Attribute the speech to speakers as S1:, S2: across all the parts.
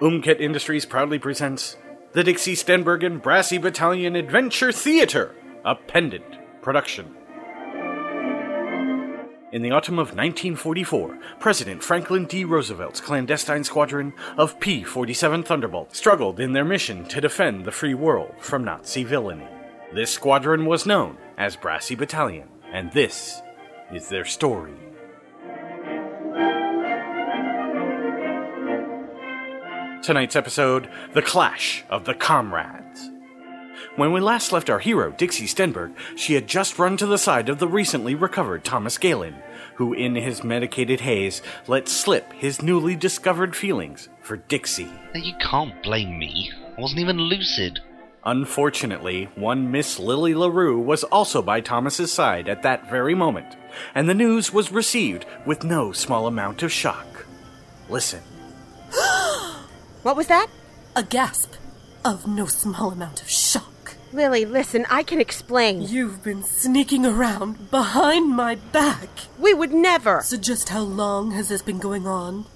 S1: Umket Industries proudly presents the Dixie Stenbergen Brassy Battalion Adventure Theater, a pendant production. In the autumn of 1944, President Franklin D. Roosevelt's clandestine squadron of P 47 Thunderbolt struggled in their mission to defend the free world from Nazi villainy. This squadron was known as Brassy Battalion, and this is their story. Tonight's episode The Clash of the Comrades. When we last left our hero, Dixie Stenberg, she had just run to the side of the recently recovered Thomas Galen, who, in his medicated haze, let slip his newly discovered feelings for Dixie.
S2: Now, You can't blame me. I wasn't even lucid.
S1: Unfortunately, one Miss Lily LaRue was also by Thomas's side at that very moment, and the news was received with no small amount of shock. Listen.
S3: What was that?
S4: A gasp of no small amount of shock.
S3: Lily, listen, I can explain.
S4: You've been sneaking around behind my back.
S3: We would never.
S4: So just how long has this been going on?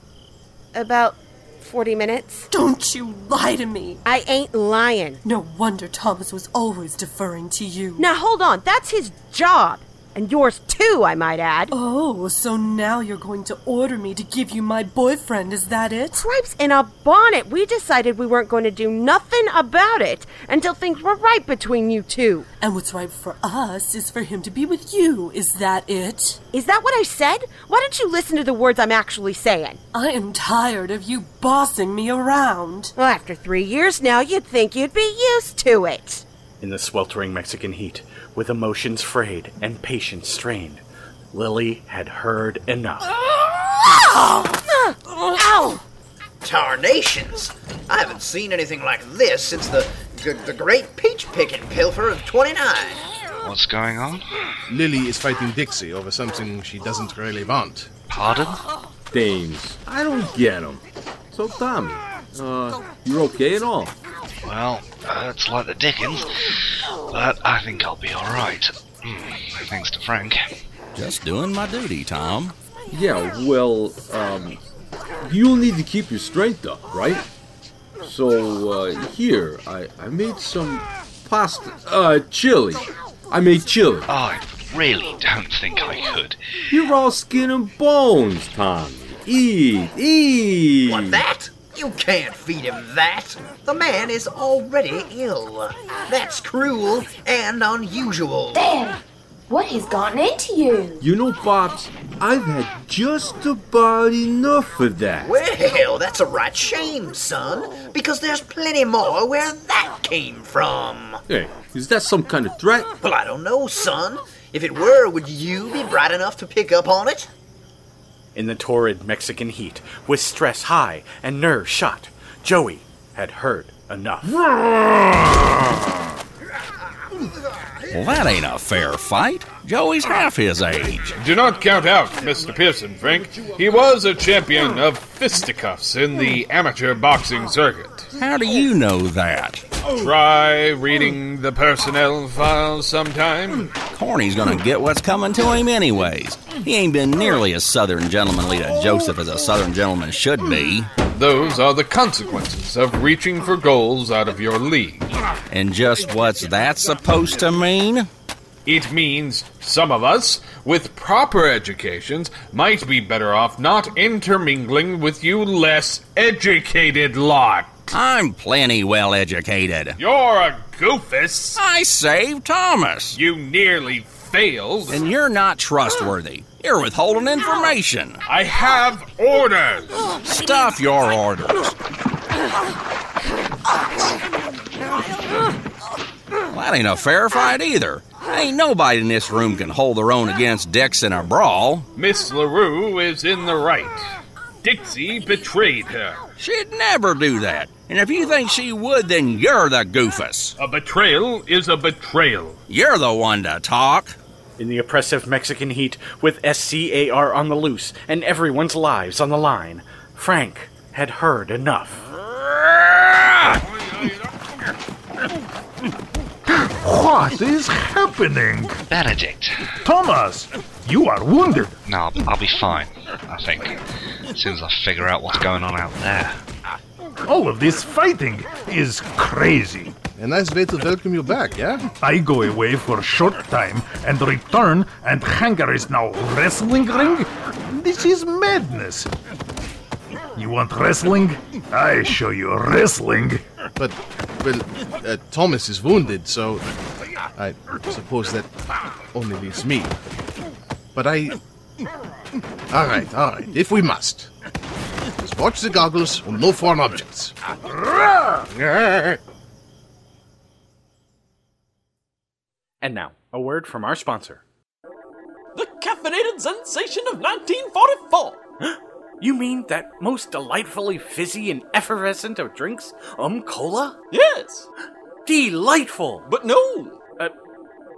S3: About 40 minutes.
S4: Don't you lie to me.
S3: I ain't lying.
S4: No wonder Thomas was always deferring to you.
S3: Now hold on, that's his job. And yours too, I might add.
S4: Oh, so now you're going to order me to give you my boyfriend, is that it?
S3: Stripes in a bonnet. We decided we weren't going to do nothing about it until things were right between you two.
S4: And what's right for us is for him to be with you, is that it?
S3: Is that what I said? Why don't you listen to the words I'm actually saying?
S4: I am tired of you bossing me around.
S3: Well, after three years now, you'd think you'd be used to it.
S1: In the sweltering Mexican heat, with emotions frayed and patience strained, Lily had heard enough.
S3: Ugh. Ow!
S5: Tarnations! I haven't seen anything like this since the the, the great peach picking pilfer of 29.
S2: What's going on?
S6: Lily is fighting Dixie over something she doesn't really want.
S2: Pardon?
S7: Dames. I don't get 'em. So, Tommy, uh, you're okay at all?
S2: Well, it's like the dickens, but I think I'll be alright. Hmm, Thanks to Frank.
S8: Just doing my duty, Tom.
S7: Yeah, well, um, you'll need to keep your strength up, right? So, uh, here, I, I made some pasta, uh, chili. I made chili.
S2: I really don't think I could.
S7: You're all skin and bones, Tommy. Eat, eat.
S5: What that? You can't feed him that. The man is already ill. That's cruel and unusual.
S9: There! What has gotten into you?
S7: You know, Pops, I've had just about enough of that.
S5: Well, that's a right shame, son, because there's plenty more where that came from.
S7: Hey, is that some kind of threat?
S5: Well, I don't know, son. If it were, would you be bright enough to pick up on it?
S1: In the torrid Mexican heat, with stress high and nerves shot, Joey had heard enough.
S8: Well, that ain't a fair fight. Joey's half his age.
S10: Do not count out Mr. Pearson, Frank. He was a champion of fisticuffs in the amateur boxing circuit.
S8: How do you know that?
S10: Try reading the personnel file sometime.
S8: Corny's gonna get what's coming to him, anyways. He ain't been nearly as southern gentlemanly to Joseph as a southern gentleman should be.
S10: Those are the consequences of reaching for goals out of your league.
S8: And just what's that supposed to mean?
S10: It means some of us, with proper educations, might be better off not intermingling with you less educated lot.
S8: I'm plenty well educated.
S10: You're a goofus.
S8: I saved Thomas.
S10: You nearly failed.
S8: And you're not trustworthy. You're withholding information.
S10: I have orders.
S8: Stuff your orders. Well, that ain't a fair fight either. Ain't nobody in this room can hold their own against Dix in a brawl.
S10: Miss LaRue is in the right. Dixie betrayed her.
S8: She'd never do that. And if you think she would, then you're the goofus.
S10: A betrayal is a betrayal.
S8: You're the one to talk.
S1: In the oppressive Mexican heat, with SCAR on the loose and everyone's lives on the line, Frank had heard enough.
S11: What is happening?
S2: Benedict,
S11: Thomas, You are wounded.
S2: No, I'll, I'll be fine, I think. As soon as I figure out what's going on out there.
S11: All of this fighting is crazy.
S6: A nice way to welcome you back, yeah?
S11: I go away for a short time and return, and Hangar is now wrestling ring? This is madness. You want wrestling? I show you wrestling.
S6: But, well, uh, Thomas is wounded, so I suppose that only leaves me. But I. All right, all right, if we must. Just watch the goggles and no foreign objects.
S1: And now, a word from our sponsor.
S12: The caffeinated sensation of 1944.
S1: You mean that most delightfully fizzy and effervescent of drinks, um cola?
S12: Yes.
S1: Delightful.
S12: But no.
S1: Uh,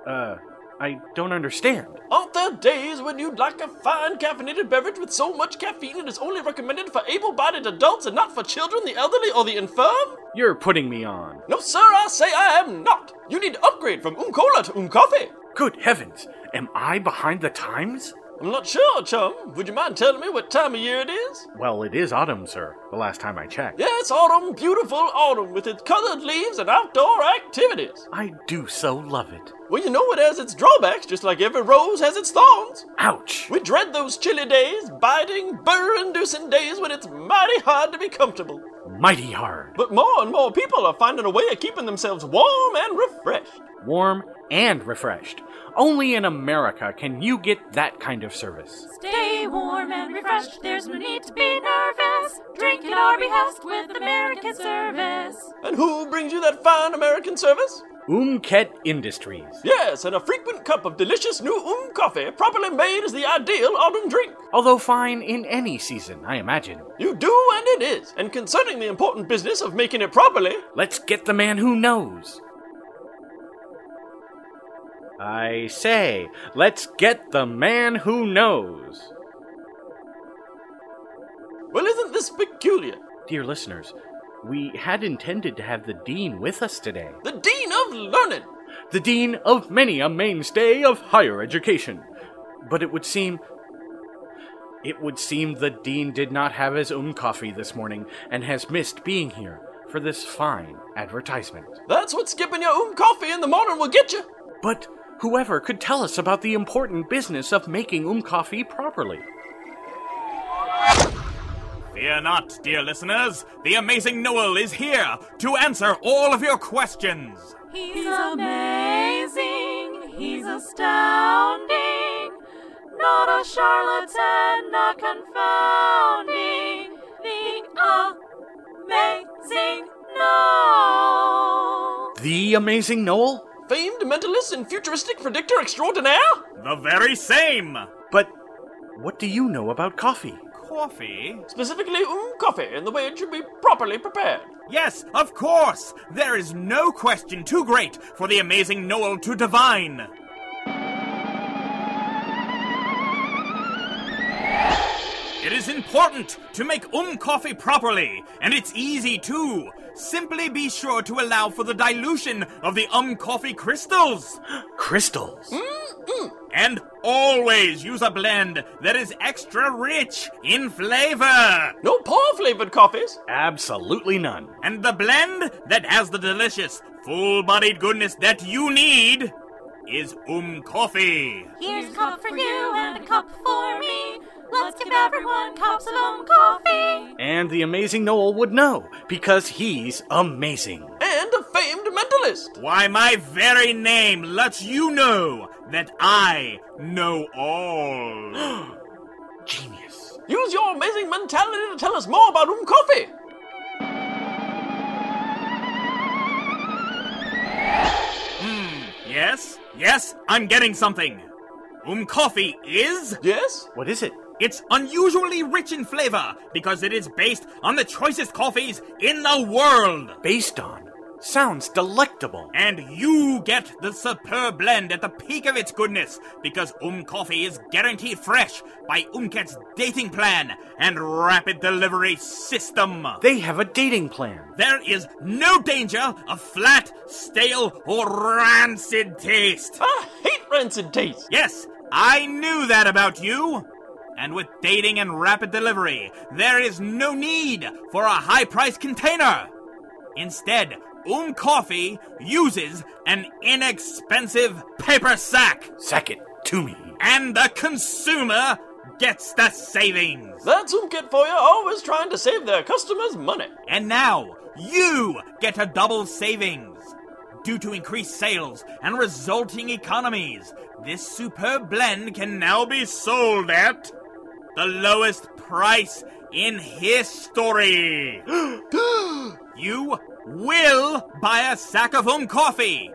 S1: uh, I don't understand.
S12: Aren't there days when you'd like a fine caffeinated beverage with so much caffeine it is only recommended for able bodied adults and not for children, the elderly, or the infirm?
S1: You're putting me on.
S12: No, sir, I say I am not. You need to upgrade from Um Cola to Um Coffee.
S1: Good heavens, am I behind the times?
S12: I'm not sure, chum. Would you mind telling me what time of year it is?
S1: Well, it is autumn, sir. The last time I checked.
S12: Yes, autumn, beautiful autumn, with its colored leaves and outdoor activities.
S1: I do so Oh, love it.
S12: Well, you know it has its drawbacks, just like every rose has its thorns.
S1: Ouch!
S12: We dread those chilly days, biting, burr-inducing days when it's mighty hard to be comfortable.
S1: Mighty hard.
S12: But more and more people are finding a way of keeping themselves warm and refreshed.
S1: Warm and refreshed. Only in America can you get that kind of service.
S13: Stay warm and refreshed. There's no need to be nervous. Drink at our behest with American service.
S12: And who brings you that fine American service?
S1: Umket Industries.
S12: Yes, and a frequent cup of delicious new Um coffee, properly made, is the ideal autumn drink.
S1: Although fine in any season, I imagine.
S12: You do, and it is. And concerning the important business of making it properly,
S1: Let's get the man who knows. I say, let's get the man who knows.
S12: well, isn't this peculiar?
S1: Dear listeners, we had intended to have the Dean with us today.
S12: The Dean of Learning!
S1: The Dean of many a mainstay of higher education. But it would seem. It would seem the Dean did not have his own coffee this morning and has missed being here for this fine advertisement.
S12: That's what skipping your own coffee in the morning will get you.
S1: But whoever could tell us about the important business of making um coffee properly?
S14: Fear not, dear listeners. The amazing Noel is here to answer all of your questions.
S13: He's amazing. He's astounding. Not a charlatan, not confounding. The amazing no.
S1: The amazing Noel?
S12: Famed mentalist and futuristic predictor extraordinaire?
S14: The very same.
S1: But what do you know about coffee?
S14: Coffee?
S12: Specifically, um coffee and the way it should be properly prepared.
S14: Yes, of course. There is no question too great for the amazing Noel to divine. It is important to make um coffee properly, and it's easy too. Simply be sure to allow for the dilution of the um coffee crystals.
S1: Crystals?
S14: And always use a blend that is extra rich in flavor.
S12: No poor flavored coffees.
S1: Absolutely none.
S14: And the blend that has the delicious, full bodied goodness that you need is um coffee.
S13: Here's a cup for you and a cup for me. Let's give everyone cups of home coffee.
S1: And the amazing Noel would know because he's amazing.
S12: And a famed mentalist.
S14: Why, my very name lets you know that I know all.
S1: Genius.
S12: Use your amazing mentality to tell us more about um coffee.
S14: Yes, yes, I'm getting something. Um coffee is?
S12: Yes?
S1: What is it?
S14: It's unusually rich in flavor because it is based on the choicest coffees in the world.
S1: Based on? Sounds delectable.
S14: And you get the superb blend at the peak of its goodness because Um Coffee is guaranteed fresh by Umket's dating plan and rapid delivery system.
S1: They have a dating plan.
S14: There is no danger of flat, stale, or rancid taste.
S12: I hate rancid taste.
S14: Yes, I knew that about you! And with dating and rapid delivery, there is no need for a high price container! Instead, Um Coffee uses an inexpensive paper sack!
S1: Sack it to me!
S14: And the consumer gets the savings!
S12: That's Umkit for you, always trying to save their customers money.
S14: And now, you get a double savings! Due to increased sales and resulting economies, this superb blend can now be sold at the lowest price in history! you will buy a sack of home coffee!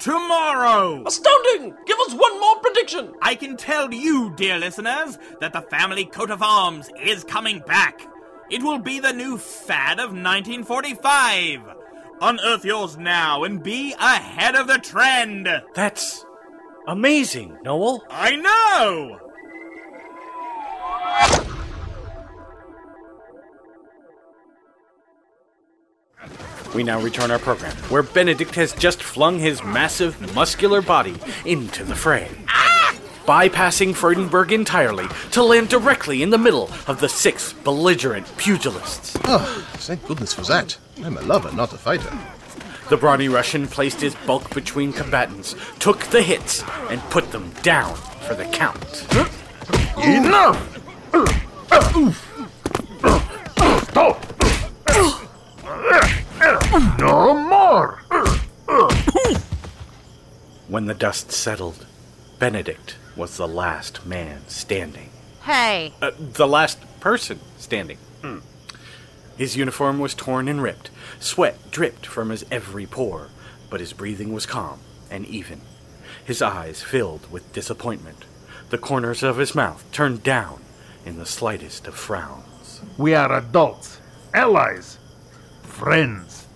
S14: Tomorrow!
S12: Astounding! Give us one more prediction!
S14: I can tell you, dear listeners, that the family coat of arms is coming back. It will be the new fad of 1945. Unearth yours now and be ahead of the trend.
S1: That's amazing, Noel.
S14: I know!
S1: We now return our program, where Benedict has just flung his massive, muscular body into the fray, bypassing Freudenberg entirely to land directly in the middle of the six belligerent pugilists.
S6: Oh, thank goodness for that. I'm a lover, not a fighter.
S1: The brawny Russian placed his bulk between combatants, took the hits, and put them down for the count.
S11: Enough!
S1: No more! When the dust settled, Benedict was the last man standing.
S3: Hey.
S1: Uh, the last person standing.
S11: Hmm.
S1: Mm. His uniform was torn and ripped. Sweat dripped from his every pore, but his breathing was calm and even. His eyes filled with disappointment, the corners of his mouth turned down in the slightest of frowns.
S11: We are adults, allies, friends.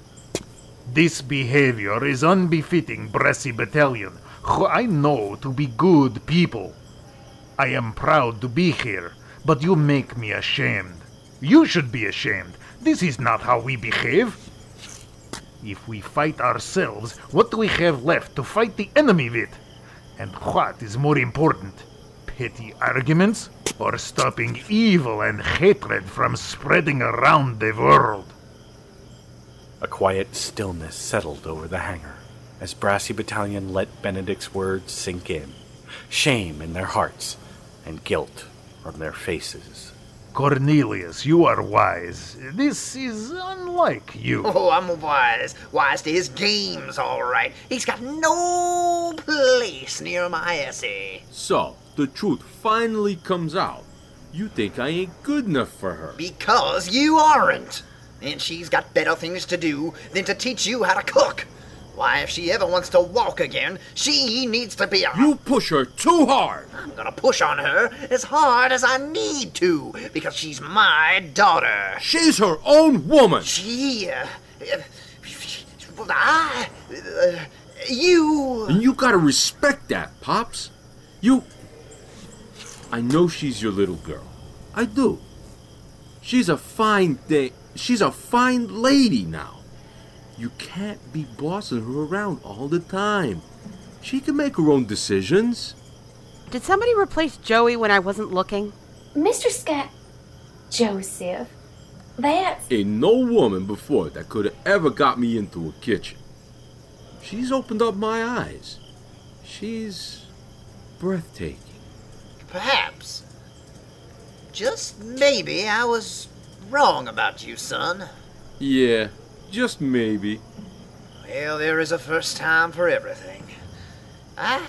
S11: This behavior is unbefitting Bressy Battalion, who I know to be good people. I am proud to be here, but you make me ashamed. You should be ashamed. This is not how we behave. If we fight ourselves, what do we have left to fight the enemy with? And what is more important? Petty arguments or stopping evil and hatred from spreading around the world?
S1: A quiet stillness settled over the hangar as Brassy Battalion let Benedict's words sink in, shame in their hearts and guilt on their faces.
S11: Cornelius, you are wise. This is unlike you.
S5: Oh, I'm wise. Wise to his games, all right. He's got no place near my essay.
S7: So, the truth finally comes out. You think I ain't good enough for her.
S5: Because you aren't. And she's got better things to do than to teach you how to cook. Why, if she ever wants to walk again, she needs to be a.
S7: You push her too hard!
S5: I'm gonna push on her as hard as I need to, because she's my daughter.
S7: She's her own woman!
S5: She. Uh, uh, I. Uh, you.
S7: And you gotta respect that, Pops. You. I know she's your little girl. I do. She's a fine thing. She's a fine lady now. You can't be bossing her around all the time. She can make her own decisions.
S3: Did somebody replace Joey when I wasn't looking?
S9: Mr. Scat. Joseph. That's.
S7: Ain't no woman before that could have ever got me into a kitchen. She's opened up my eyes. She's breathtaking.
S5: Perhaps. Just maybe I was wrong about you, son.
S7: Yeah, just maybe.
S5: Well, there is a first time for everything. I.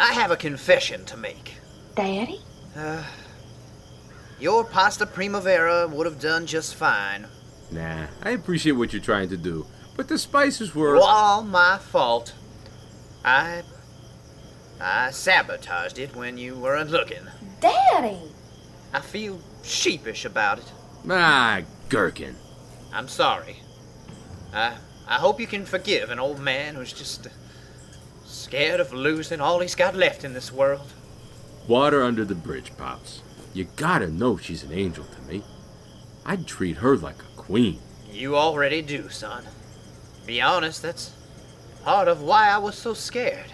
S5: I have a confession to make.
S9: Daddy?
S5: Uh, your pasta primavera would have done just fine.
S7: Nah, I appreciate what you're trying to do, but the spices were.
S5: All my fault. I. I sabotaged it when you weren't looking.
S9: Daddy!
S5: I feel sheepish about it.
S7: Ah, Gherkin.
S5: I'm sorry. I I hope you can forgive an old man who's just uh, scared of losing all he's got left in this world.
S7: Water under the bridge, Pops. You gotta know she's an angel to me. I'd treat her like a queen.
S5: You already do, son. Be honest, that's part of why I was so scared.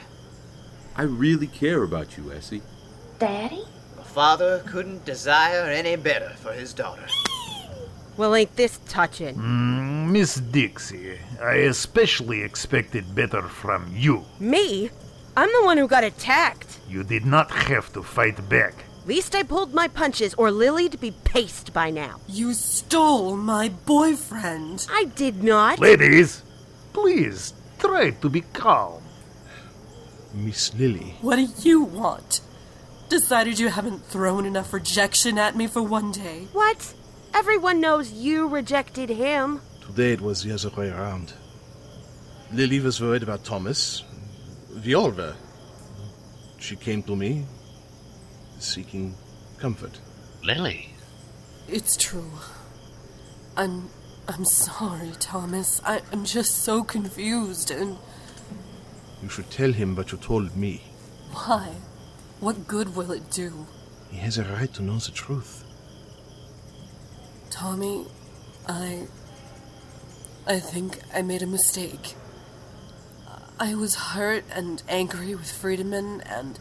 S7: I really care about you, Essie.
S5: Daddy? A father couldn't desire any better for his daughter.
S3: Well, ain't this touching?
S11: Mm, Miss Dixie, I especially expected better from you.
S3: Me? I'm the one who got attacked.
S11: You did not have to fight back.
S3: Least I pulled my punches, or Lily'd be paced by now.
S4: You stole my boyfriend.
S3: I did not.
S11: Ladies, please try to be calm.
S6: Miss Lily.
S4: What do you want? Decided you haven't thrown enough rejection at me for one day.
S3: What? Everyone knows you rejected him.
S6: Today it was the other way around. Lily was worried about Thomas. We all were. She came to me seeking comfort.
S2: Lily?
S4: It's true. I'm I'm sorry, Thomas. I, I'm just so confused and
S6: You should tell him what you told me.
S4: why? What good will it do?
S6: He has a right to know the truth.
S4: Tommy, I I think I made a mistake. I was hurt and angry with Friedemann and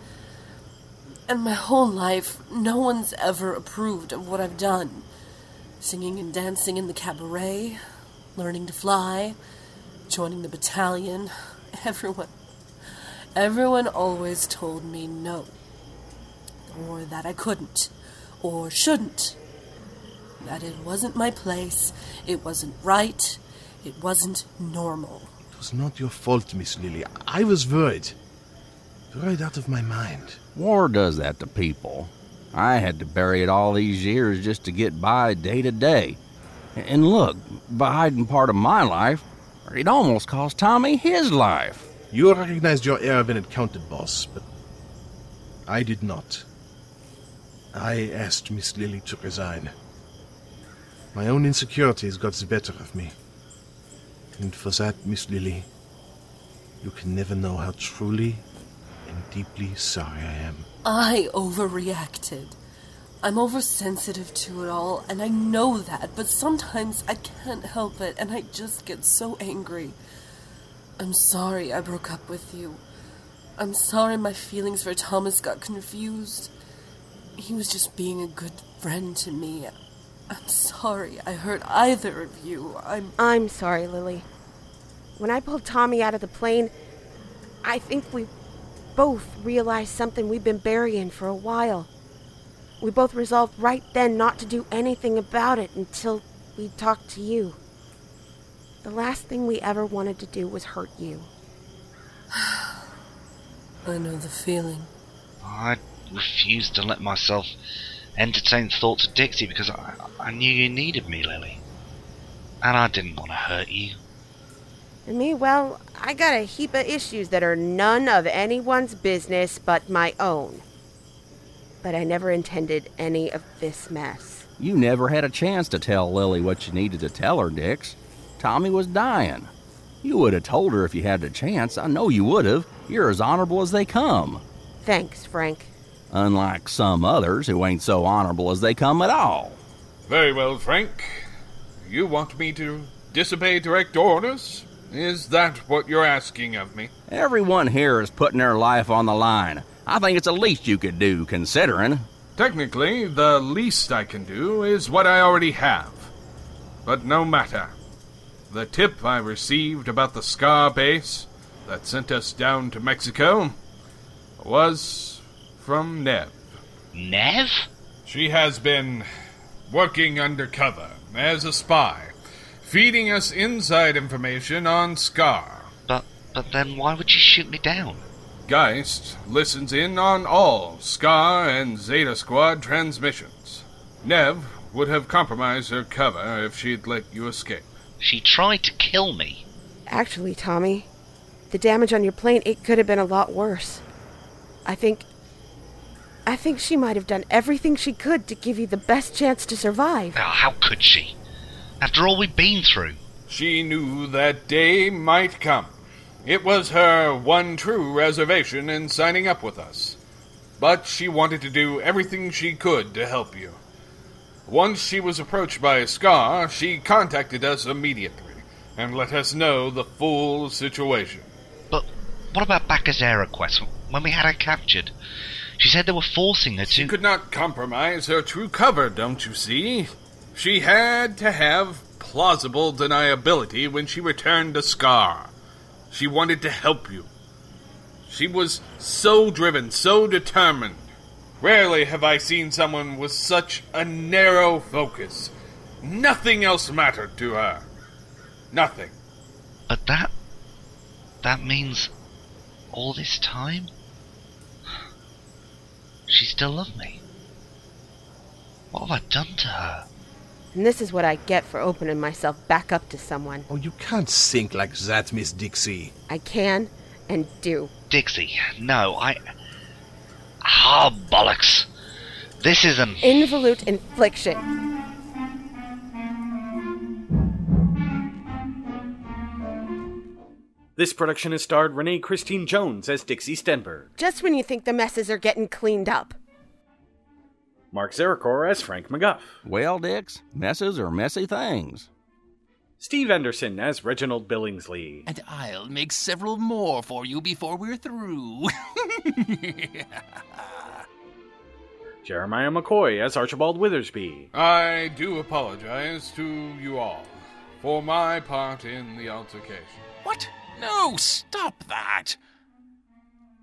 S4: and my whole life no one's ever approved of what I've done. Singing and dancing in the cabaret, learning to fly, joining the battalion, everyone everyone always told me no. Or that I couldn't or shouldn't that it wasn't my place, it wasn't right, it wasn't normal.
S6: It was not your fault, Miss Lily. I was worried. Worried out of my mind.
S8: War does that to people. I had to bury it all these years just to get by day to day. And look, by hiding part of my life, it almost cost Tommy his life.
S6: You recognized your error when it counted, boss, but I did not. I asked Miss Lily to resign. My own insecurities got the better of me. And for that, Miss Lily, you can never know how truly and deeply sorry I am.
S4: I overreacted. I'm oversensitive to it all, and I know that, but sometimes I can't help it, and I just get so angry. I'm sorry I broke up with you. I'm sorry my feelings for Thomas got confused. He was just being a good friend to me. I'm sorry I hurt either of you. I'm.
S3: I'm sorry, Lily. When I pulled Tommy out of the plane, I think we both realized something we've been burying for a while. We both resolved right then not to do anything about it until we talked to you. The last thing we ever wanted to do was hurt you.
S4: I know the feeling.
S2: I refused to let myself entertain thoughts of Dixie because I, I knew you needed me, Lily. And I didn't want to hurt you.
S3: And me, well, I got a heap of issues that are none of anyone's business but my own. But I never intended any of this mess.
S8: You never had a chance to tell Lily what you needed to tell her, Dix. Tommy was dying. You would have told her if you had the chance. I know you would have. You're as honorable as they come.
S3: Thanks, Frank.
S8: Unlike some others who ain't so honorable as they come at all.
S10: Very well, Frank. You want me to disobey direct orders? Is that what you're asking of me?
S8: Everyone here is putting their life on the line. I think it's the least you could do, considering.
S10: Technically, the least I can do is what I already have. But no matter. The tip I received about the Scar base that sent us down to Mexico was from Nev.
S2: Nev?
S10: She has been working undercover as a spy, feeding us inside information on Scar.
S2: But but then why would she shoot me down?
S10: Geist listens in on all Scar and Zeta Squad transmissions. Nev would have compromised her cover if she'd let you escape.
S2: She tried to kill me.
S3: Actually, Tommy, the damage on your plane, it could have been a lot worse. I think. I think she might have done everything she could to give you the best chance to survive.
S2: Oh, how could she? After all we've been through.
S10: She knew that day might come. It was her one true reservation in signing up with us. But she wanted to do everything she could to help you. Once she was approached by Scar, she contacted us immediately and let us know the full situation.
S2: What about Bacchus Air Request? when we had her captured. She said they were forcing her to.
S10: She could not compromise her true cover, don't you see? She had to have plausible deniability when she returned to Scar. She wanted to help you. She was so driven, so determined. Rarely have I seen someone with such a narrow focus. Nothing else mattered to her. Nothing.
S2: But that. that means. all this time? She still loved me. What have I done to her?
S3: And this is what I get for opening myself back up to someone.
S15: Oh, you can't think like that, Miss Dixie.
S3: I can and do.
S2: Dixie, no, I. Ah, bollocks! This is an.
S3: Involute infliction.
S1: This production has starred Renee Christine Jones as Dixie Stenberg,
S3: Just when you think the messes are getting cleaned up.
S1: Mark Zaricor as Frank McGuff,
S8: Well, Dix, messes are messy things.
S1: Steve Anderson as Reginald Billingsley,
S16: And I'll make several more for you before we're through.
S1: Jeremiah McCoy as Archibald Withersby,
S10: I do apologize to you all for my part in the altercation.
S16: What? No, stop that!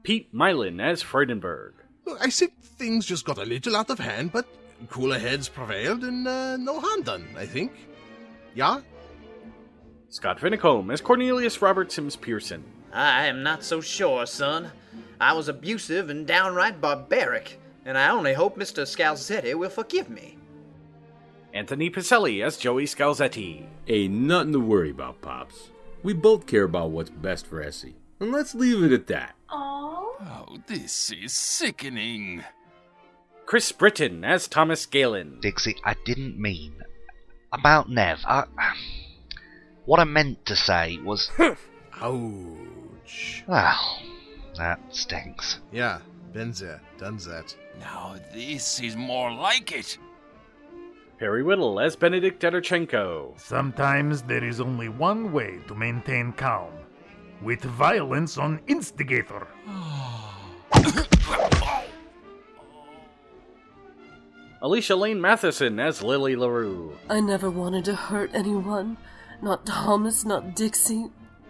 S1: Pete Mylan as Freudenberg,
S6: Look, I said things just got a little out of hand, but cooler heads prevailed and uh, no harm done, I think. Yeah?
S1: Scott Finicombe as Cornelius Robert Sims Pearson,
S5: I am not so sure, son. I was abusive and downright barbaric, and I only hope Mr. Scalzetti will forgive me.
S1: Anthony Picelli as Joey Scalzetti,
S7: Ain't nothing to worry about, Pops. We both care about what's best for Essie. And let's leave it at that.
S16: Oh, this is sickening.
S1: Chris Britton as Thomas Galen,
S2: Dixie, I didn't mean. About Nev, I. What I meant to say was.
S6: Ouch.
S2: Well, that stinks.
S6: Yeah, been there, done that.
S16: Now this is more like it.
S1: Perry Whittle as Benedict Dedorchenko,
S11: Sometimes there is only one way to maintain calm with violence on instigator.
S1: Alicia Lane Matheson as Lily LaRue,
S4: I never wanted to hurt anyone. Not Thomas, not Dixie.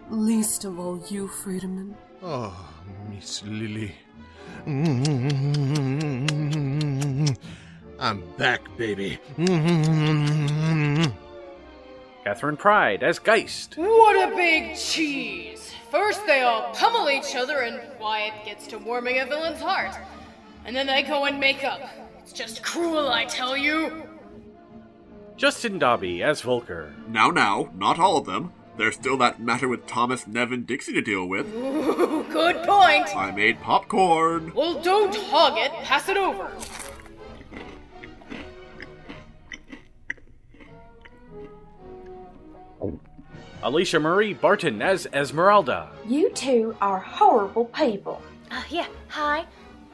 S4: Least of all you, Friedemann.
S6: Oh, Miss Lily.
S2: Mm-hmm.
S6: I'm back, baby.
S2: Mm-hmm.
S16: Mm-hmm.
S1: Catherine Pride as Geist,
S17: What a big cheese! First they all pummel each other, and Wyatt gets to warming a villain's heart. And then they go and make up. It's just cruel, I tell you!
S1: Justin Dobby as Volker,
S18: Now, now, not all of them. There's still that matter with Thomas, Nev, and Dixie to deal with.
S17: Ooh, good point!
S18: I made popcorn.
S17: Well, don't hog it, pass it over.
S1: Alicia Marie Barton as Esmeralda,
S9: You two are horrible people.
S19: Uh, yeah, hi.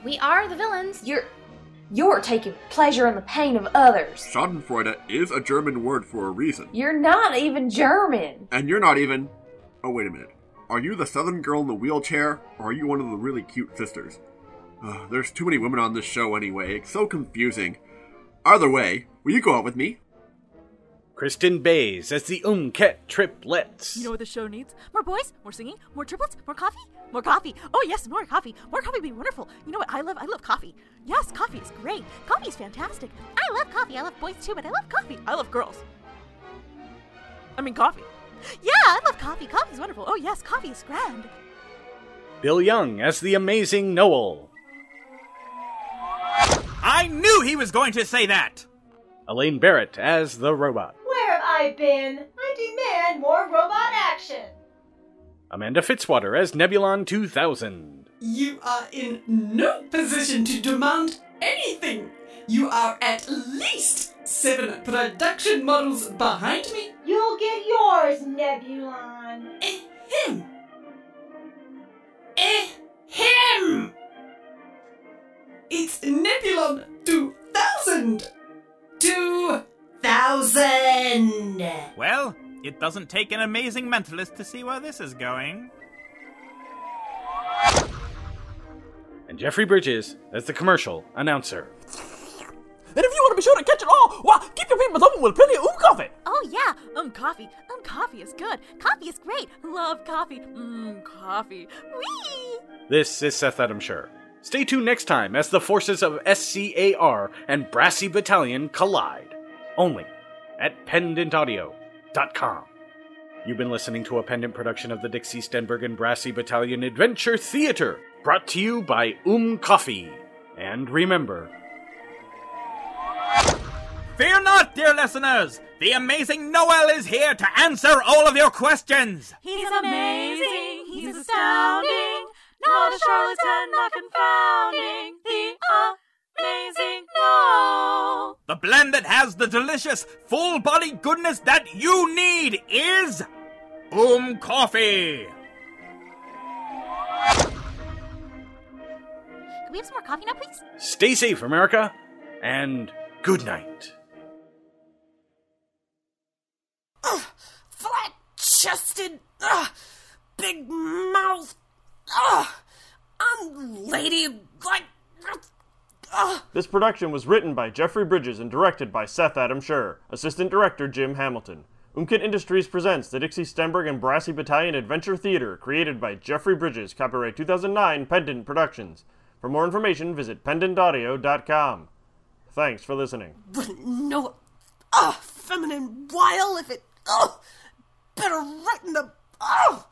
S19: We are the villains.
S9: You're you're taking pleasure in the pain of others.
S18: Schadenfreude is a German word for a reason.
S9: You're not even German.
S18: And you're not even. Oh, wait a minute. Are you the southern girl in the wheelchair, or are you one of the really cute sisters? Ugh, there's too many women on this show anyway. It's so confusing. Either way, will you go out with me?
S1: Kristen Bays as the Umket Triplets,
S13: You know what the show needs? More boys, more singing, more triplets, more coffee, more coffee. Oh yes, more coffee. More coffee would be wonderful. You know what I love? I love coffee. Yes, coffee is great. Coffee is fantastic. I love coffee. I love boys too, but I love coffee. I love girls. I mean coffee. Yeah, I love coffee. Coffee is wonderful. Oh yes, coffee is grand.
S1: Bill Young as the Amazing Noel,
S14: I knew he was going to say that!
S1: Elaine Barrett as the Robot,
S20: Where have I been? I demand more robot action.
S1: Amanda Fitzwater as Nebulon 2000,
S21: You are in no position to demand anything. You are at least seven production models behind me.
S20: You'll get yours, Nebulon.
S21: Him. Eh, him. It's Nebulon 2000. 2000.
S14: Well, it doesn't take an amazing mentalist to see where this is going.
S1: and Jeffrey Bridges as the commercial announcer.
S12: And if you want to be sure to catch it all, why, keep your papers open with plenty of um coffee.
S13: Oh yeah, um coffee. Um coffee is good. Coffee is great. Love coffee. Mmm coffee. Whee!
S1: This is Seth Adamshire. Stay tuned next time as the forces of SCAR and Brassy Battalion collide. Only at pendantaudio.com. You've been listening to a pendant production of the Dixie Stenberg and Brassy Battalion Adventure Theater, brought to you by Um Coffee. And remember,
S14: Fear not, dear listeners! The amazing Noel is here to answer all of your questions!
S22: He's amazing, he's astounding, not a charlatan, not confounding, the amazing no.
S14: The blend that has the delicious, full body goodness that you need is. Um Coffee!
S13: Can we have some more coffee now, please?
S1: stay safe, America, and good night.
S23: Flat chested, ugh, big mouth, ugh, unladylike. Ugh.
S24: This production was written by Jeffrey Bridges and directed by Seth Adam Scher, assistant director Jim Hamilton. Umkit Industries presents the Dixie Stenberg and Brassy Battalion Adventure Theater, created by Jeffrey Bridges, copyright 2009, Pendant Productions. For more information, visit pendantaudio.com. Thanks for listening.
S23: But no,
S4: ah, oh,
S23: ugh, feminine wile if it, ugh, better right in the, ugh.
S4: ah,